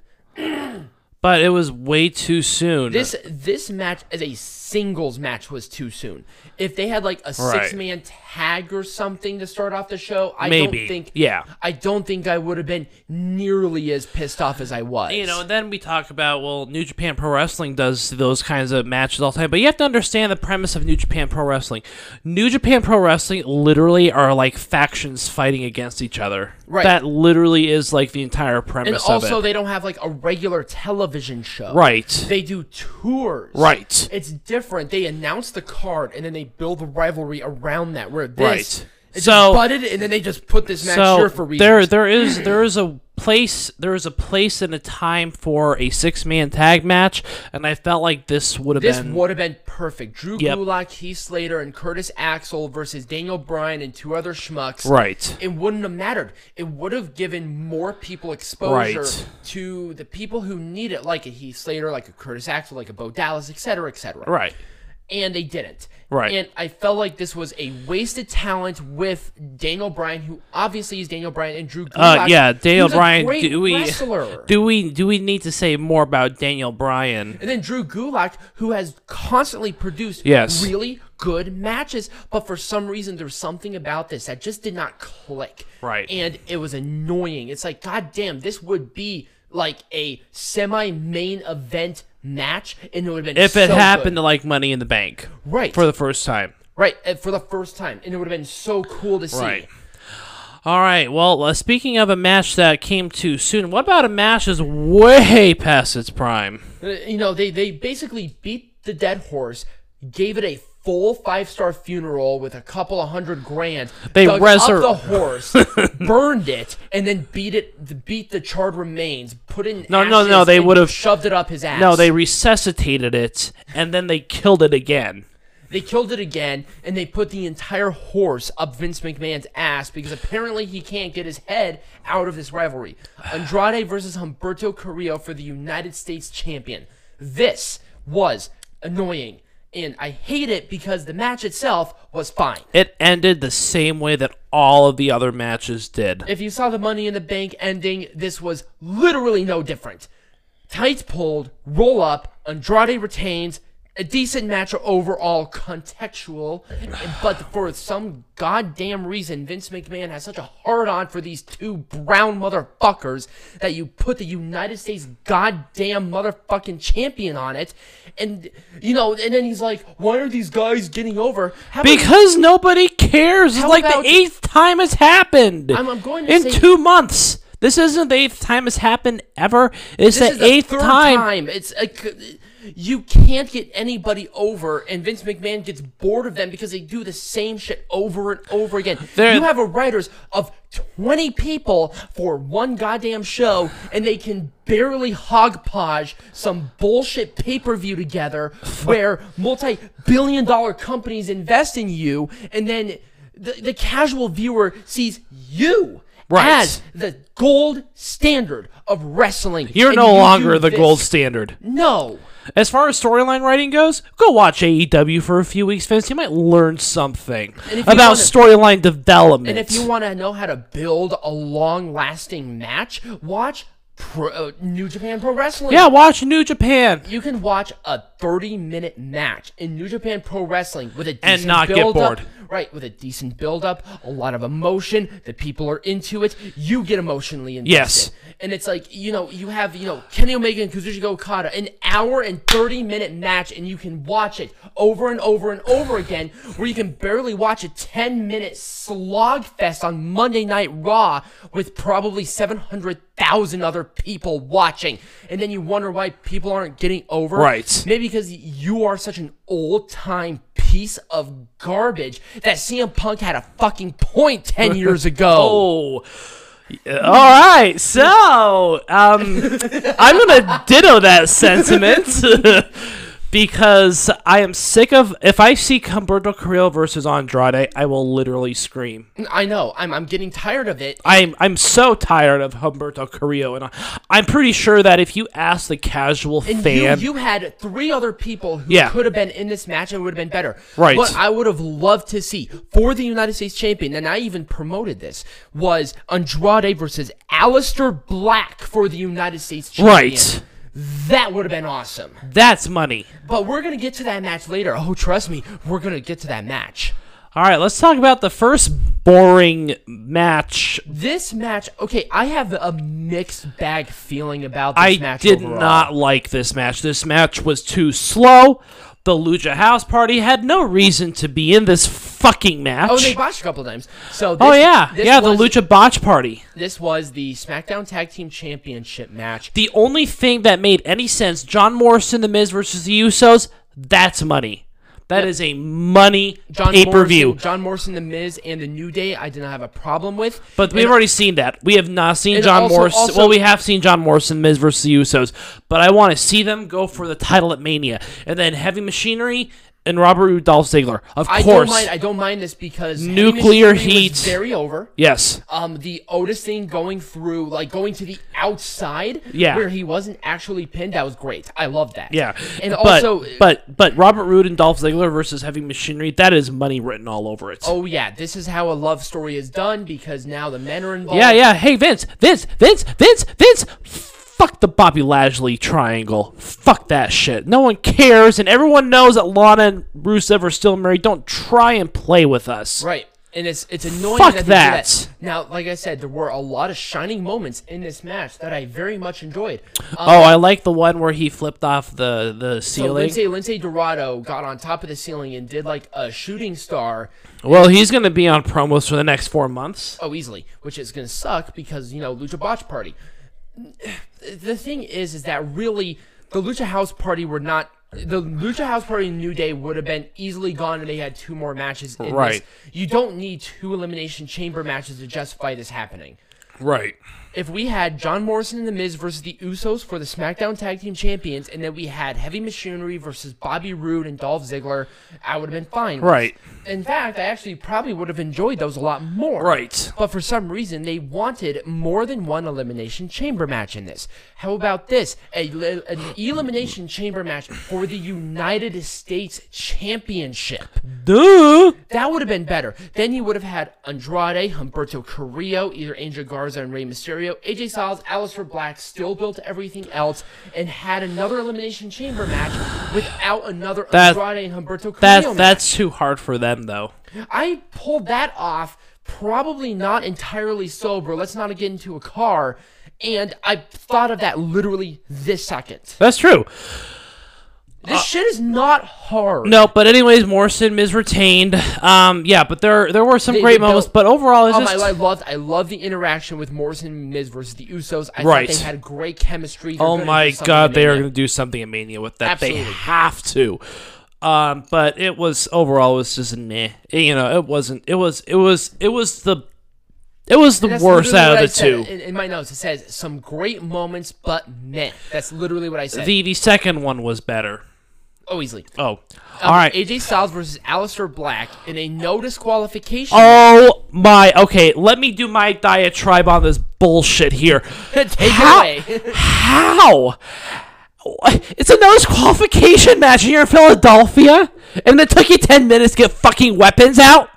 B: But it was way too soon.
A: This this match as a singles match was too soon. If they had like a
B: Right.
A: six man tag or something to start off the show, I
B: Maybe.
A: don't think
B: Yeah.
A: I don't think I would have been nearly as pissed off as I was.
B: you know, and then we talk about well, New Japan Pro Wrestling does those kinds of matches all the time, but you have to understand the premise of New Japan Pro Wrestling. New Japan Pro Wrestling literally are like factions fighting against each other.
A: Right.
B: That literally is like the entire
A: and
B: premise
A: also
B: of it.
A: they don't have like a regular television show.
B: right.
A: They do tours.
B: right.
A: It's different. They announce the card and then they build the rivalry around that. Where this
B: Right.
A: it
B: So-
A: just butted and then they just put this match
B: so
A: here for reasons.
B: there there is there is a place there is a place and a time for a six man tag match, and I felt like this would have
A: This
B: been
A: would have been perfect. Drew
B: Yep.
A: Gulak, Heath Slater, and Curtis Axel versus Daniel Bryan and two other schmucks.
B: right.
A: It wouldn't have mattered. It would have given more people exposure
B: Right.
A: to the people who need it, like a Heath Slater, like a Curtis Axel, like a Bo Dallas, etc., etc.
B: Right.
A: And they didn't.
B: Right.
A: And I felt like this was a wasted talent with Daniel Bryan, who obviously is Daniel Bryan and Drew Gulak.
B: Uh, yeah, Daniel
A: who's a
B: Bryan.
A: great
B: Do we
A: wrestler.
B: do we do we need to say more about Daniel Bryan?
A: And then Drew Gulak, who has constantly produced
B: Yes.
A: really good matches, but for some reason there's something about this that just did not click.
B: Right.
A: And it was annoying. It's like, god damn, this would be like a semi main event match, and it would have been
B: If it
A: so
B: happened
A: good.
B: to like Money in the Bank
A: right
B: for the first time.
A: right uh, for the first time, and it would have been so cool to see.
B: Right. All right. Well, uh, speaking of a match that came too soon, what about a match that's way past its prime?
A: Uh, You know, they they basically beat the dead horse, gave it a full five star funeral with a couple of hundred grand.
B: They
A: dug
B: resur-
A: up the
B: <laughs>
A: horse, burned it, and then beat it. Beat the charred remains. Put it in
B: No, no, no,
A: ashes
B: they
A: and
B: would've-
A: shoved it up his ass.
B: No, they resuscitated it and then they killed it again.
A: they killed it again, and they put the entire horse up Vince McMahon's ass because apparently he can't get his head out of this rivalry. Andrade versus Humberto Carrillo for the United States champion. This was annoying, and I hate it because the match itself was fine.
B: It ended the same way that all of the other matches did.
A: If you saw the Money in the Bank ending, this was literally no different. Tights pulled, roll up, Andrade retains. A decent match overall, contextual, but for some goddamn reason, Vince McMahon has such a hard on for these two brown motherfuckers that you put the United States goddamn motherfucking champion on it, and you know, and then he's like, "Why are these guys getting over?" How about-
B: Because nobody cares. It's
A: How
B: like the
A: about-
B: eighth time it's happened.
A: I'm- I'm going to
B: in
A: say-
B: two months. This isn't the eighth time it's happened ever. It's the
A: This is the
B: eighth
A: third
B: time.
A: It's like you can't get anybody over, and Vince McMahon gets bored of them because they do the same shit over and over again.
B: They're-
A: you have a writers of twenty people for one goddamn show, and they can barely hogpodge some bullshit pay per view together where multi billion dollar companies invest in you, and then the, the casual viewer sees you.
B: Right.
A: As the gold standard of wrestling.
B: You're
A: And
B: no
A: you
B: longer
A: do
B: the
A: this-
B: gold standard.
A: No.
B: As far as storyline writing goes, go watch AEW for a few weeks, Vince. You might learn something
A: if you
B: about
A: wanna-
B: storyline development.
A: And if you want to know how to build a long-lasting match, watch Pro, uh, New Japan Pro Wrestling.
B: yeah, watch New Japan.
A: You can watch a 30 minute match in New Japan Pro Wrestling with a decent
B: And not get
A: build
B: bored.
A: Up, right, with a decent build up, a lot of emotion. The people are into it. You get emotionally invested.
B: Yes.
A: And it's like, you know, you have, you know, Kenny Omega and Kazuchika Okada, an hour and 30 minute match, and you can watch it over and over and over again, where you can barely watch a 10 minute slog fest on Monday Night Raw with probably 700,000 other people watching. And then you wonder why people aren't getting over.
B: Right.
A: Maybe because you are such an old time piece of garbage that CM Punk had a fucking point 10
B: <laughs>
A: years ago.
B: Oh. All right, so um, I'm gonna ditto that sentiment <laughs> because I am sick of. If I see Humberto Carrillo versus Andrade, I will literally scream.
A: I know. I'm, I'm getting tired of it.
B: I'm I'm so tired of Humberto Carrillo, and I, I'm pretty sure that if you ask the casual
A: And
B: fan,
A: You, you had three other people who
B: Yeah.
A: could have been in this match and would have been better.
B: Right.
A: What I would have loved to see for the United States champion, and I even promoted this, was Andrade versus Alistair Black for the United States champion.
B: right?
A: That would have been awesome.
B: That's money.
A: But we're going to get to that match later. Oh, trust me, we're going to get to that match.
B: All right, let's talk about the first boring match.
A: This match, okay, I have a mixed bag feeling about this
B: I
A: match
B: did
A: overall.
B: not like this match. This match was too slow. The Lucha House Party had no reason to be in this fucking match.
A: Oh, they botched a couple times. So this,
B: Oh, yeah,
A: this
B: yeah, the
A: was-
B: Lucha Botch Party.
A: This was the SmackDown Tag Team Championship match.
B: The only thing that made any sense, John Morrison, The Miz versus the Usos, that's money. That is a money
A: John
B: pay per view.
A: Morrison, John Morrison, The Miz, and The New Day. I did not have a problem with.
B: But we've
A: And
B: already seen that. We have not seen
A: And
B: John
A: also-
B: Morrison.
A: also-
B: well, we have seen John Morrison, Miz versus the Usos. But I want to see them go for the title at Mania, and then Heavy Machinery and Robert Roode, Dolph Ziggler. Of
A: I
B: course,
A: don't mind. I don't mind this because Heavy
B: Nuclear
A: Machinery was
B: heat.
A: very over.
B: yes,
A: Um, the Otis thing going through, like going to the outside,
B: Yeah.
A: where he wasn't actually pinned. That was great. I love that.
B: yeah.
A: and
B: but,
A: also, uh,
B: but but Robert Roode and Dolph Ziggler versus Heavy Machinery. That is money written all over it.
A: oh yeah, this is how a love story is done because now the men are involved.
B: yeah, yeah. Hey Vince, Vince, Vince, Vince, Vince. Fuck the Bobby Lashley triangle. Fuck that shit. No one cares, and everyone knows that Lana and Rusev are still married. Don't try and play with us.
A: Right. And it's it's annoying
B: Fuck
A: that, they do
B: that.
A: Now, like I said, there were a lot of shining moments in this match that I very much enjoyed. Um,
B: Oh, I like the one where he flipped off the the
A: so
B: ceiling.
A: Lindsay Lindsay Dorado got on top of the ceiling and did like a shooting star.
B: well, he's gonna be on promos for the next four months.
A: Oh, easily, which is gonna suck because you know Lucha Botch Party. <sighs> The thing is, is that really the Lucha House Party were not. The Lucha House Party and New Day would have been easily gone, and they had two more matches. In
B: Right.
A: This. You don't need two elimination chamber matches to justify this happening.
B: Right.
A: if we had John Morrison and The Miz versus the Usos for the SmackDown Tag Team Champions, and then we had Heavy Machinery versus Bobby Roode and Dolph Ziggler, I would have been fine. with.
B: Right.
A: In fact, I actually probably would have enjoyed those a lot more.
B: Right.
A: But for some reason, they wanted more than one Elimination Chamber match in this. How about this? A, li- an Elimination Chamber match for the United States Championship.
B: Duh.
A: That would have been better. Then you would have had Andrade, Humberto Carrillo, either Angel Garza and Rey Mysterio, AJ Styles, Aleister Black, still built everything else, and had another Elimination Chamber match without another
B: That-
A: Andrade and Humberto Carrillo
B: That
A: match.
B: that's too hard for them though.
A: I pulled that off, probably not entirely sober. Let's not get into a car. And I thought of that literally this second.
B: That's true. Uh,
A: This shit is not hard.
B: No, but anyways, Morrison Miz retained. Um, yeah, but there there were some
A: They-
B: great
A: they
B: moments.
A: built-
B: But overall, it's
A: Um,
B: just
A: I, I loved, I loved the interaction with Morrison and Miz versus the Usos. I
B: Right.
A: thought they had great chemistry. They're
B: oh
A: gonna
B: my
A: do something
B: god, they
A: in
B: are
A: it.
B: going to do something in Mania with that. They
A: Absolutely.
B: have to. Um, but it was overall it was just meh. You know, it wasn't. It was. It was. It was the. It was the
A: That's
B: worst
A: literally what
B: out of
A: I
B: the two.
A: said In, in my notes, it says some great moments, but meh. That's literally what I said.
B: The the second one was better.
A: oh, easily.
B: Oh, all right.
A: AJ Styles versus Aleister Black in a no disqualification.
B: Oh my. Okay, let me do my diatribe on this bullshit here.
A: <laughs> <laughs> Take it
B: How?
A: away. <laughs>
B: How? It's a no disqualification match here in Philadelphia, and it took you ten minutes to get fucking weapons out.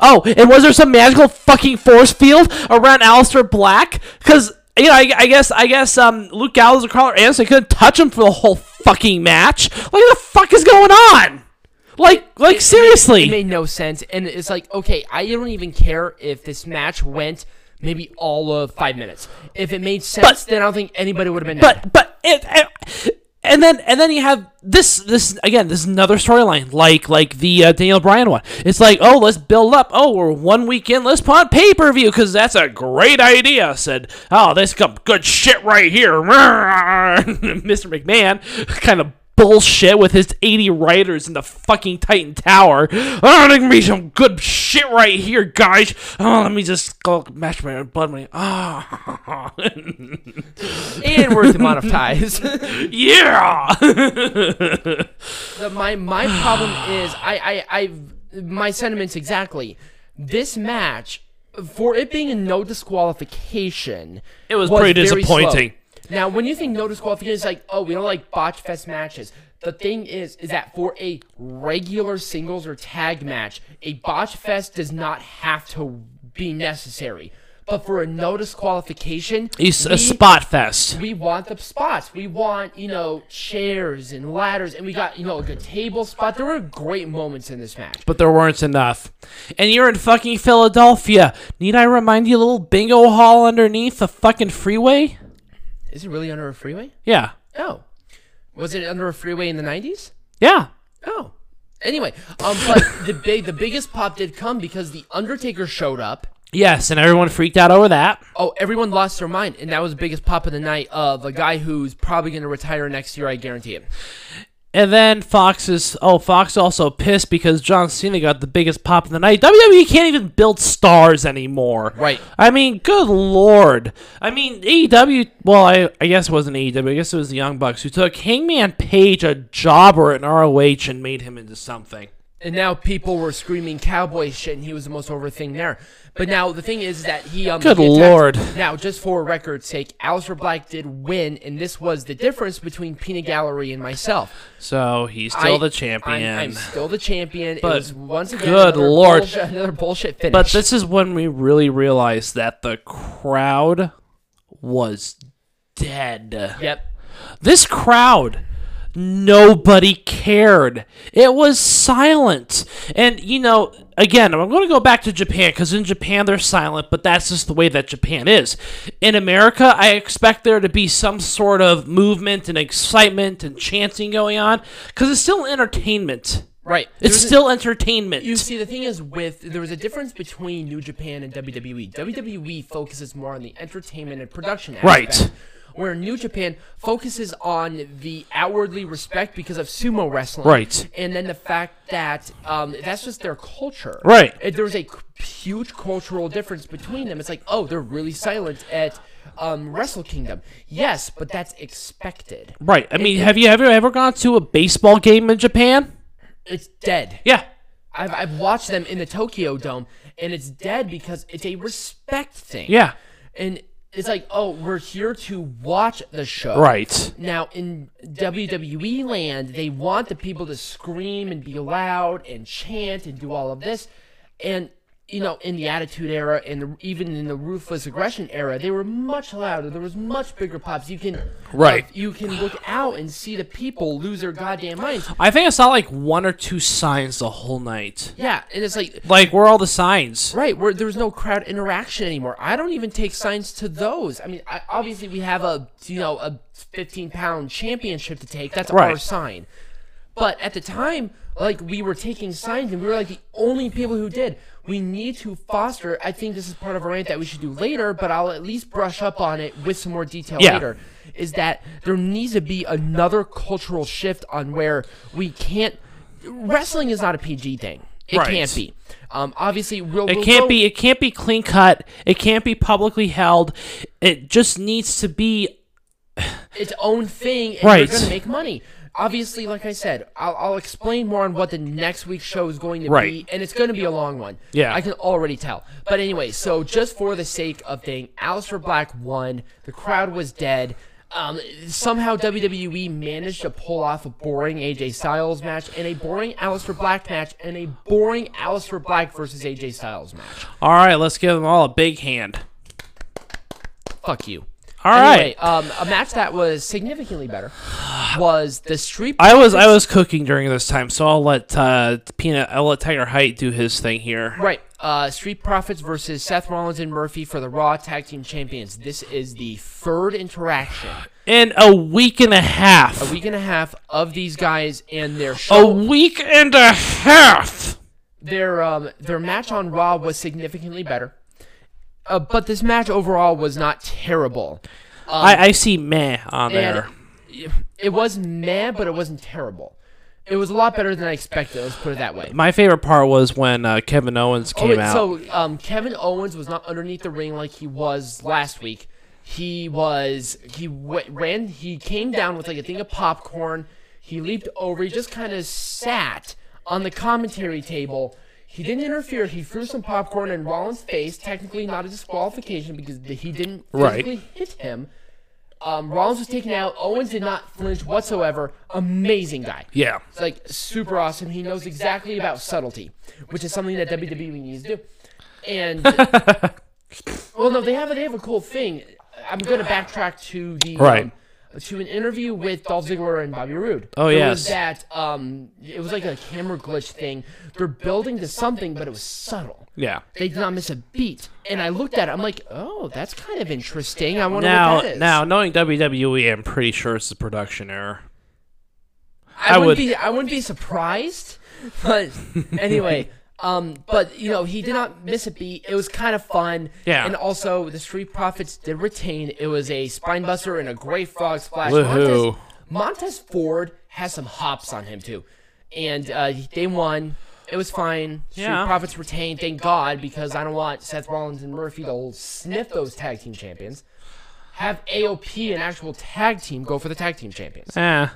B: Oh, and was there some magical fucking force field around Alistair Black? Because you know, I, I guess I guess um, Luke Gallows and Carl Anderson couldn't touch him for the whole fucking match. Like what the fuck is going on? Like, like seriously.
A: It made no sense. And it's like, okay, I don't even care if this match went maybe all of five minutes. If it made sense, then I don't think anybody would have been.
B: but but it, it- and then and then you have this this again this is another storyline like like the uh, Daniel Bryan one. It's like oh let's build up oh we're one weekend let's put on pay per view because that's a great idea. Said oh this some good shit right here. <laughs> Mr. McMahon <laughs> kind of bullshit with his 80 writers in the fucking Titan Tower. Oh, there can be some good shit right here, guys. Oh, let me just go match my blood money. <laughs> Ah,
A: and
B: <laughs>
A: we're demonetized. <laughs>
B: yeah.
A: The- my my problem is I I I my sentiments exactly. This match for it being a no disqualification,
B: It was pretty
A: very slow.
B: disappointing.
A: Now, when you think no disqualification, it's like oh we don't like botch fest matches. The thing is, is that for a regular singles or tag match, a botch fest does not have to be necessary. But for a no disqualification,
B: He's a
A: we-
B: spot fest.
A: we want the spots. We want, you know, chairs and ladders, and we got, you know, a good table spot. There were great moments in this match.
B: But there weren't enough. And you're in fucking Philadelphia. Need I remind you, little bingo hall underneath the fucking freeway?
A: Is it really under a freeway?
B: Yeah.
A: No. Oh. Was it under a freeway in the 90s?
B: Yeah.
A: Oh. Anyway, um, but the big, the biggest pop did come because the Undertaker showed up.
B: Yes, and everyone freaked out over that.
A: Oh, everyone lost their mind, and that was the biggest pop of the night of a guy who's probably going to retire next year. I guarantee it.
B: And then Fox is oh Fox also pissed because John Cena got the biggest pop of the night. WWE can't even build stars anymore.
A: Right.
B: I mean, good lord. I mean AEW. Well, I I guess it wasn't AEW. I guess it was the Young Bucks who took Hangman Page, a jobber in ROH, and made him into something.
A: And now people were screaming cowboy shit, and he was the most over thing there. But now the thing is that he um.
B: Good
A: he attacked-
B: lord.
A: Now, just for record's sake, Alistair Black did win, and this was the difference between Peanut Gallery and myself.
B: So he's still
A: I-
B: the
A: I'm,
B: champion.
A: I'm still the champion.
B: But
A: it was once again
B: good
A: another
B: lord.
A: bullshit, another bullshit finish.
B: but this is when we really realized that the crowd was dead.
A: yep,
B: This crowd, nobody cared. It was silent. And, you know, again, I'm going to go back to Japan because in Japan they're silent, but that's just the way that Japan is. In America, I expect there to be some sort of movement and excitement and chanting going on because it's still entertainment.
A: right.
B: It's
A: There's a-
B: still entertainment.
A: You see, the thing is, with there was a difference between New Japan and E. WWE. WWE focuses more on the entertainment and production
B: Right.
A: aspect, Where New Japan focuses on the outwardly respect because of sumo wrestling,
B: Right.
A: And then the fact that um, that's just their culture,
B: Right.
A: And there's a c- huge cultural difference between them. It's like, oh, they're really silent at um, Wrestle Kingdom, yes, but that's expected.
B: Right. I mean, have you ever ever gone to a baseball game in Japan?
A: It's dead.
B: Yeah.
A: I've, I've watched them in the Tokyo Dome, and it's dead because it's a respect thing.
B: Yeah.
A: And it's like, oh, we're here to watch the show.
B: Right.
A: Now, in WWE land, they want the people to scream and be loud and chant and do all of this. And, you know, in the Attitude Era and the, even in the Ruthless Aggression Era, they were much louder. There was much bigger pops. You can,
B: Right.
A: you can look out and see the people lose their goddamn minds.
B: I think I saw like one or two signs the whole night.
A: Yeah, and it's like,
B: Like, where are all the signs?
A: Right, where there's no crowd interaction anymore. I don't even take signs to those. I mean, I, obviously we have a you know a 15 pound championship to take. That's our
B: Right.
A: sign. But at the time, like we were taking signs, and we were like the only people who did. We need to foster. I think this is part of a rant that we should do later, but I'll at least brush up on it with some more detail
B: Yeah.
A: later. Is that there needs to be another cultural shift on where we can't. Wrestling is not a PG thing. It
B: Right.
A: can't be. Um, obviously, real
B: It can't be. It can't be clean cut. It can't be publicly held. It just needs to be
A: its own thing and
B: Right.
A: you're going to make money. Obviously, like I said, I'll, I'll explain more on what the next week's show is going to
B: Right.
A: be, and it's going to be a long one.
B: Yeah.
A: I can already tell. But anyway, so just for the sake of thing, Alistair Black won. The crowd was dead. Um, somehow WWE managed to pull off a boring AJ Styles match and a boring Alistair Black match and a boring Alistair Black versus AJ Styles match.
B: all right. Let's give them all a big hand.
A: Fuck you.
B: All right.
A: Anyway, um, a match that was significantly better was the Street.
B: I was I was cooking during this time, so I'll let uh, Peanut I'll let Tiger Height do his thing here.
A: Right. Uh, Street Profits versus Seth Rollins and Murphy for the Raw Tag Team Champions. This is the third interaction,
B: In a week and a half.
A: a week and a half of these guys and their
B: A
A: show.
B: week and a half.
A: Their um, their match on Raw was significantly better, uh, but this match overall was not terrible. Um,
B: I, I see meh on there.
A: And it was meh, but it wasn't terrible. It was a lot better than I expected. Let's put it that way.
B: My favorite part was when uh, Kevin Owens
A: Oh,
B: came
A: wait,
B: out.
A: so um, Kevin Owens was not underneath the ring like he was last week. He was he w- ran he came down with like a thing of popcorn. He leaped over. He just kind of sat on the commentary table. He didn't interfere. He threw some popcorn in Rollins' face. Technically, not a disqualification because he didn't
B: Right.
A: physically hit him. Um, Rollins was taken out. Owens did not flinch whatsoever. Amazing guy.
B: yeah.
A: It's like super awesome. He knows exactly about subtlety, which is something that WWE needs to do.
B: <laughs>
A: And well, no, they have they have a cool thing. I'm gonna backtrack to the um,
B: Right.
A: to an interview with Dolph Ziggler and Bobby Roode.
B: Oh,
A: There
B: yes.
A: was that um, it was like a camera glitch thing. They're building to something, but it was subtle.
B: Yeah.
A: They did not miss a beat, and I looked at it. I'm like, oh, that's kind of interesting. I wonder
B: Now
A: what that is.
B: now knowing WWE, I'm pretty sure it's a production error.
A: I,
B: I
A: wouldn't
B: would-
A: be I wouldn't be surprised.
B: <laughs>
A: But anyway, um, but you know, he did not miss a beat. It was kind of fun.
B: Yeah.
A: And also the Street Profits did retain. It was a spine buster and a great frog splash.
B: Woohoo.
A: Montez, Montez Ford has some hops on him too. And uh, they won. It was fine. Street
B: Yeah.
A: Profits retained, thank God, because I don't want Seth Rollins and Murphy to sniff those tag team champions. Have AOP, an actual tag team, go for the tag team champions.
B: Eh.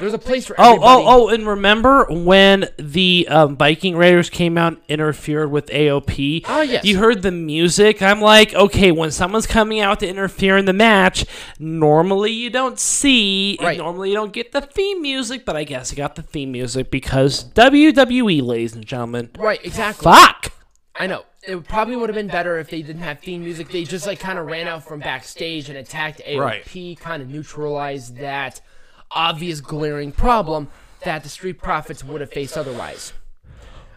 A: There's a place for
B: Oh,
A: everybody.
B: oh, oh, and remember when the um, Viking Raiders came out and interfered with AOP?
A: Oh, yes.
B: You heard the music. I'm like, okay, when someone's coming out to interfere in the match, normally you don't see, and
A: Right.
B: normally you don't get the theme music, but I guess I got the theme music because WWE, ladies and gentlemen.
A: Right, exactly.
B: Fuck!
A: I know. It probably would have been better if they didn't have theme music. They just like kind of ran out from backstage and attacked AOP, kind of neutralized that obvious glaring problem that the Street Profits would have faced otherwise.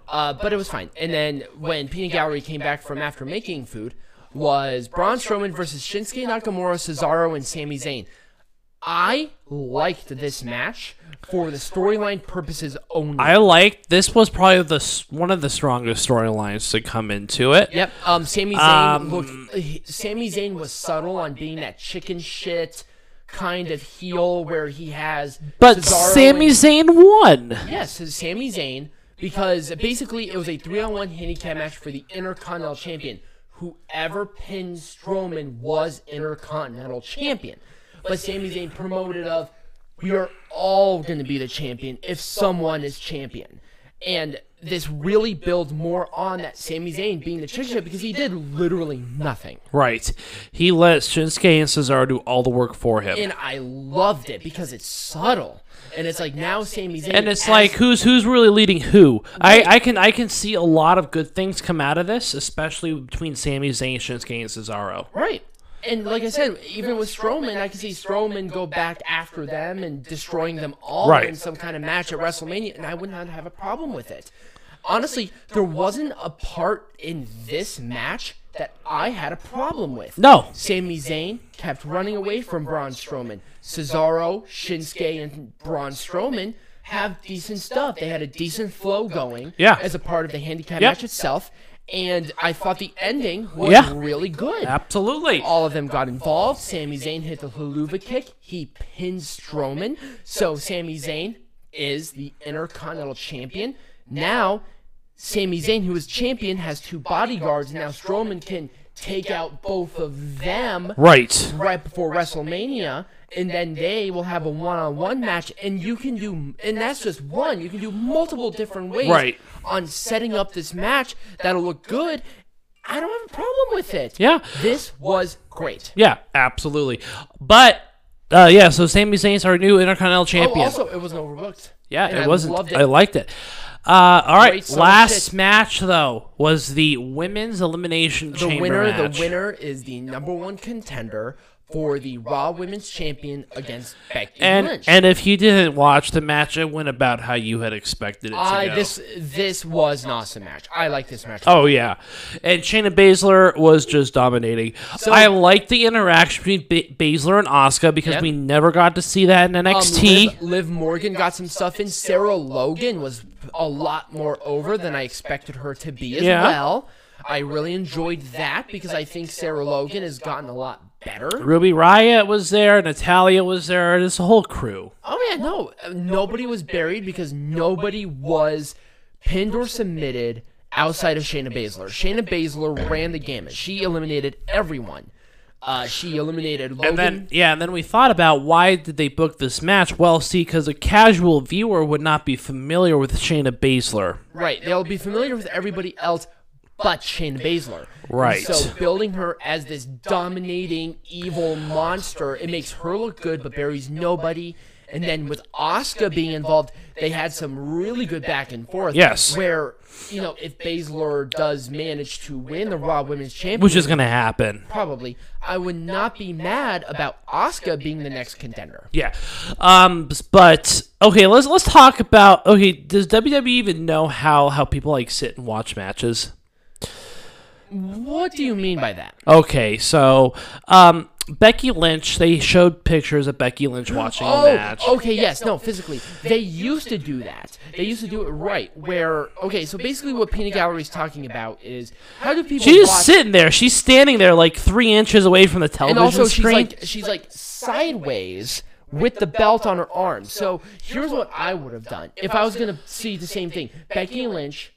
A: Uh, but it was fine. And then when Peanut Gallery came back from after making food, was Braun Strowman versus Shinsuke Nakamura, Cesaro, and Sami Zayn. I liked this match for the storyline purposes only.
B: I liked this was probably the s- one of the strongest storylines to come into it.
A: Yep. Um, Sami Zayn
B: Um,
A: looked. he- Sami Zayn was subtle on being that chicken shit kind of heel where he has.
B: But
A: Cesaro
B: Sami
A: and-
B: Zayn won.
A: yes, it's Sami Zayn because basically it was a three-on-one handicap match for the Intercontinental Champion. Whoever pinned Strowman was Intercontinental Champion. But Sami Zayn promoted of, we are all going to be the champion if someone is champion. And this really builds more on that Sami Zayn being the chicken shit because he did literally nothing.
B: Right. He let Shinsuke and Cesaro do all the work for him.
A: And I loved it because it's subtle. And it's like now Sami Zayn.
B: and it's
A: as-
B: like who's who's really leading who. I, I can I can see a lot of good things come out of this, especially between Sami Zayn, Shinsuke, and Cesaro.
A: Right. And like I said, even with Strowman, I can see Strowman go back after them and destroying them all
B: Right.
A: in some kind of match at WrestleMania, and I would not have a problem with it. Honestly, there wasn't a part in this match that I had a problem with.
B: No.
A: Sami Zayn kept running away from Braun Strowman. Cesaro, Shinsuke, and Braun Strowman have decent stuff. They had a decent flow going
B: Yeah.
A: as a part of the handicap
B: Yep.
A: match itself. And I thought the ending was
B: Yeah.
A: really good.
B: Absolutely.
A: All of them got involved. Sami Zayn hit the haluva kick. He pins Strowman. So Sami Zayn is the Intercontinental Champion. Now, Sami Zayn, who is champion, has two bodyguards. Now Strowman can take out both of them
B: Right.
A: right before WrestleMania. And then they will have a one-on-one match, and you can do, and that's just one. You can do multiple different ways
B: Right.
A: on setting up this match that'll look good. I don't have a problem with it.
B: Yeah.
A: This was great.
B: Yeah, absolutely. But uh, yeah, so Sami Zayn's our new Intercontinental
A: Oh,
B: Champion.
A: also, it wasn't overlooked.
B: yeah,
A: And
B: it
A: I
B: wasn't.
A: Loved it.
B: I liked it. Uh, all
A: Great
B: right,
A: solid
B: last
A: shit.
B: match though was the women's elimination
A: the
B: chamber
A: winner.
B: match.
A: The winner is the number one contender for the Raw Women's Champion against Becky
B: And
A: Lynch.
B: and if you didn't watch the match, it went about how you had expected it to
A: I
B: go.
A: this this was an awesome match. I like this match.
B: Oh yeah, and Shayna Baszler was just dominating. I like the interaction between ba- Baszler and Asuka because
A: Yep.
B: we never got to see that in
A: Um,
B: NXT.
A: Liv, Liv Morgan got some stuff in. Sarah Logan was a lot more over than I expected her to be as
B: Yeah.
A: well. I really enjoyed that because I think Sarah Logan has gotten a lot better.
B: Ruby Riot was there, Natalia was there, this whole crew.
A: Oh yeah, no, uh, nobody was buried because nobody was pinned or submitted outside of Shayna Baszler. Shayna Baszler ran the gamut. She eliminated everyone. Uh, she eliminated Logan.
B: And then yeah, and then we thought about why did they book this match? Well, see, because a casual viewer would not be familiar with Shayna Baszler.
A: Right. They'll be familiar with everybody else but Shayna Baszler.
B: Right.
A: So building her as this dominating evil monster, it makes her look good but buries nobody. And then with Asuka being involved, they had some really good back and forth.
B: Yes.
A: Where, you know, if Baszler does manage to win the Raw Women's Championship,
B: Which is gonna happen.
A: probably, I would not be mad about Asuka being the next contender.
B: Yeah. Um b- but okay, let's let's talk about okay, does WWE even know how how people like sit and watch matches?
A: What do you mean by that?
B: Okay, so um, Becky Lynch, they showed pictures of Becky Lynch watching
A: Oh,
B: the match.
A: okay, yes, no, physically. They used to do that. They used to do it right, where, okay, so basically what Peanut Gallery is talking about is how do people
B: She's
A: watch,
B: just sitting there. She's standing there like three inches away from the
A: and
B: television
A: also she's
B: screen.
A: like, she's like sideways with the belt on her arm. So here's what I would have done if I was going to see the same thing Becky Lynch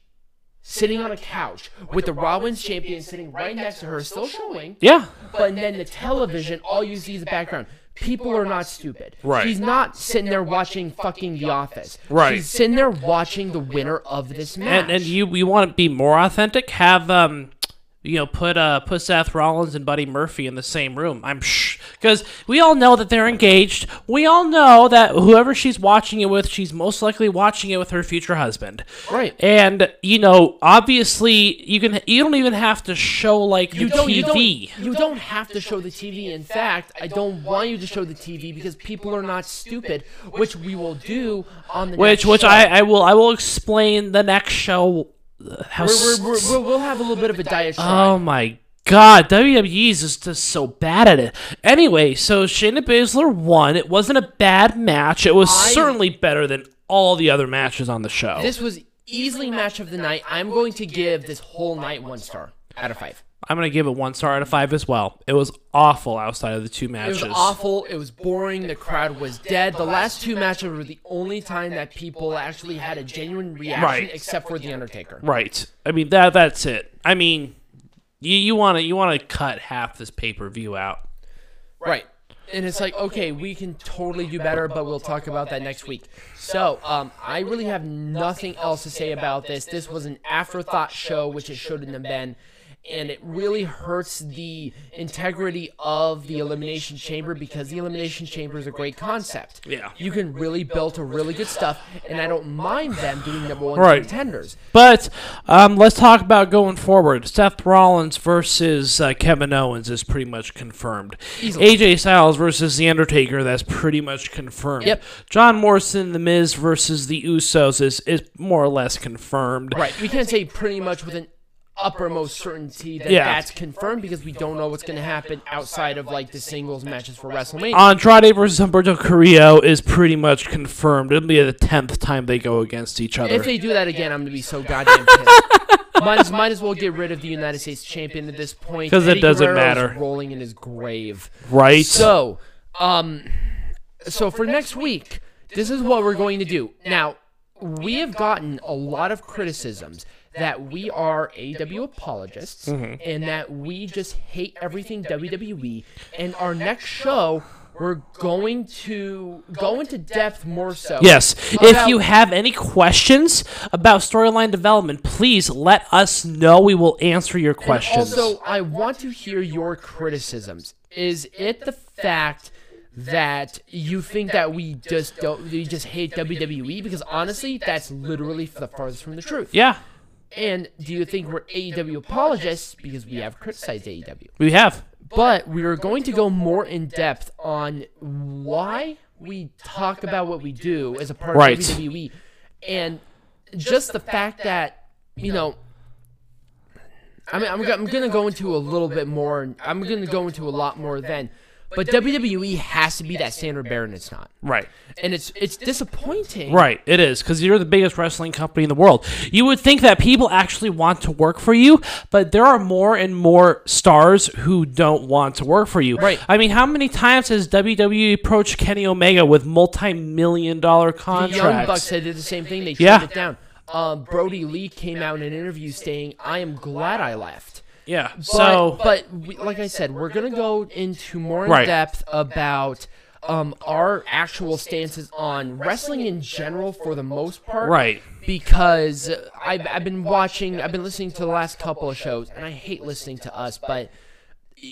A: sitting on a couch with the Robbins champion sitting right next to her, still showing.
B: yeah.
A: but then the television, all you see is the background. People are not stupid.
B: Right.
A: She's not sitting there watching fucking The Office.
B: Right.
A: She's sitting there watching the winner of this match.
B: And, and you you want to be more authentic? Have um, you know, put uh put Seth Rollins and Buddy Murphy in the same room. I'm sh because we all know that they're engaged. We all know that whoever she's watching it with, she's most likely watching it with her future husband.
A: Right.
B: And you know, obviously, you can you don't even have to show like
A: you
B: the
A: don't,
B: TV.
A: You don't, you don't have to show the TV. In fact, I don't want you to show the TV because people are not stupid, which we will do on the
B: which
A: next
B: which
A: show.
B: I, I will I will explain the next show uh, how
A: We're,
B: s-
A: we're, we're, we'll have a little bit of a diatribe.
B: oh my god WWE is just just so bad at it anyway so Shayna Baszler won it wasn't a bad match it was
A: I-
B: certainly better than all the other matches on the show
A: this was easily match of the night. I'm going to give this whole night one star out of five.
B: I'm gonna give it one star out of five as well it was awful outside of the two
A: It
B: matches
A: was awful. It was boring. The crowd was dead. The last two matches were the only time that people actually had a genuine reaction,
B: Right.
A: except for The Undertaker.
B: right I mean that that's it I mean you you want to you want to cut half this pay per view out
A: Right. And it's like, okay, we can totally do better, but we'll talk about that next week. So, um, I really have nothing else to say about this. This was an afterthought show, which it shouldn't have been. And it really hurts the integrity of the Elimination Chamber because the Elimination Chamber is a great concept.
B: Yeah.
A: You can really build to really good stuff, and I don't mind them doing number one
B: Right.
A: contenders.
B: But um, let's talk about going forward. Seth Rollins versus uh, Kevin Owens is pretty much confirmed. AJ Styles versus The Undertaker, that's pretty much confirmed.
A: Yep.
B: John Morrison, The Miz versus The Usos is, is more or less confirmed.
A: Right. We can't say pretty much with an uppermost certainty that
B: Yeah.
A: that's confirmed because we don't know what's going to happen outside of like the singles matches for WrestleMania.
B: Andrade versus Humberto Carrillo is pretty much confirmed. It'll be the tenth time they go against each other.
A: if they do that again, I'm going to be so goddamn pissed. <laughs> might, as, might as well get rid of the United States champion at this point
B: 'Cause it
A: Eddie
B: doesn't
A: Guerrero's
B: matter.
A: Rolling in his grave.
B: right.
A: So, um, so for next week, this is what we're going to do. Now, we have gotten a lot of criticisms that we are AW apologists and that we just hate everything WWE. And our next show, we're going to go into depth more so.
B: Yes. If
A: about-
B: you have any questions about storyline development, please let us know. We will answer your questions.
A: Also, I want to hear your criticisms. Is it the fact that you think that we just don't, we just hate WWE? Because honestly, that's literally the farthest from the truth. E
B: yeah.
A: And do you think we're AEW apologists because we have criticized E AEW?
B: We have.
A: But we are going to go more in depth on why we talk about what we do as a part
B: Right.
A: of WWE, and just the fact that you know. I mean, I'm, go- I'm gonna go into a little bit more. I'm gonna go into a lot more then, but WWE has to be that standard bearer, and it's not.
B: Right.
A: And it's it's disappointing.
B: Right, it is because you're the biggest wrestling company in the world. You would think that people actually want to work for you, but there are more and more stars who don't want to work for you.
A: Right.
B: I mean, how many times has WWE approached Kenny Omega with multi-million dollar
A: The Young Bucks
B: contracts?
A: said did the same thing. They
B: Yeah.
A: yeah. it down. Um, Brody Lee came out in an interview saying, "I am glad I left."
B: Yeah.
A: But,
B: So
A: but we, like I said, we're gonna go into more in
B: Right.
A: depth about um, our actual stances on wrestling in general for the most part.
B: Right.
A: Because I've, I've been watching, I've been listening to the last couple of shows, and I hate listening to us, but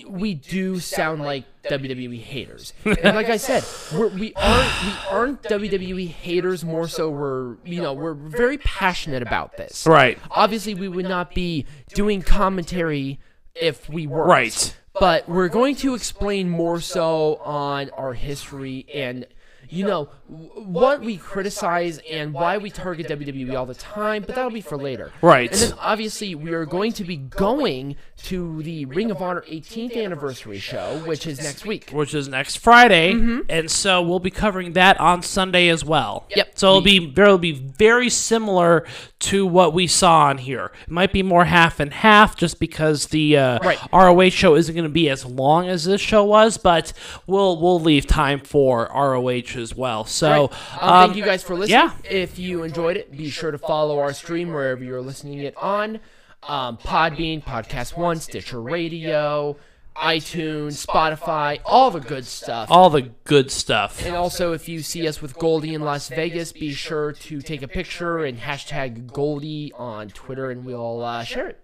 A: we do sound like WWE
B: <laughs>
A: haters. And like I said, we're, we aren't we aren't WWE haters. More so, we're you know we're very passionate about this.
B: Right.
A: Obviously, we would not be doing commentary if we weren't.
B: Right.
A: But we're going to explain more so on our history and. You know w- what we criticize and why we target WWE all the time, but that'll be for later.
B: Right.
A: And then obviously we are going to be going to the Ring of Honor 18th anniversary show, which is next week.
B: which is next Friday, and so we'll be covering that on Sunday as well.
A: Mm-hmm. Yep.
B: So it'll be it'll be very similar to what we saw on here. It might be more half and half, just because the uh,
A: Right.
B: ROH show isn't going to be as long as this show was, but we'll we'll leave time for ROH as well. So
A: Right. Um,
B: um,
A: thank you guys for listening.
B: yeah.
A: If you enjoyed it, be sure to follow our stream wherever you're listening it on um, Podbean, Podcast One, Stitcher Radio, iTunes, Spotify, all the good stuff.
B: all the good stuff.
A: And also, if you see us with Goldie in Las Vegas, be sure to take a picture and hashtag Goldie on Twitter, and we'll uh, share it.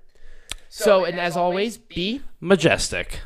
A: So, and as always, be
B: Majestic.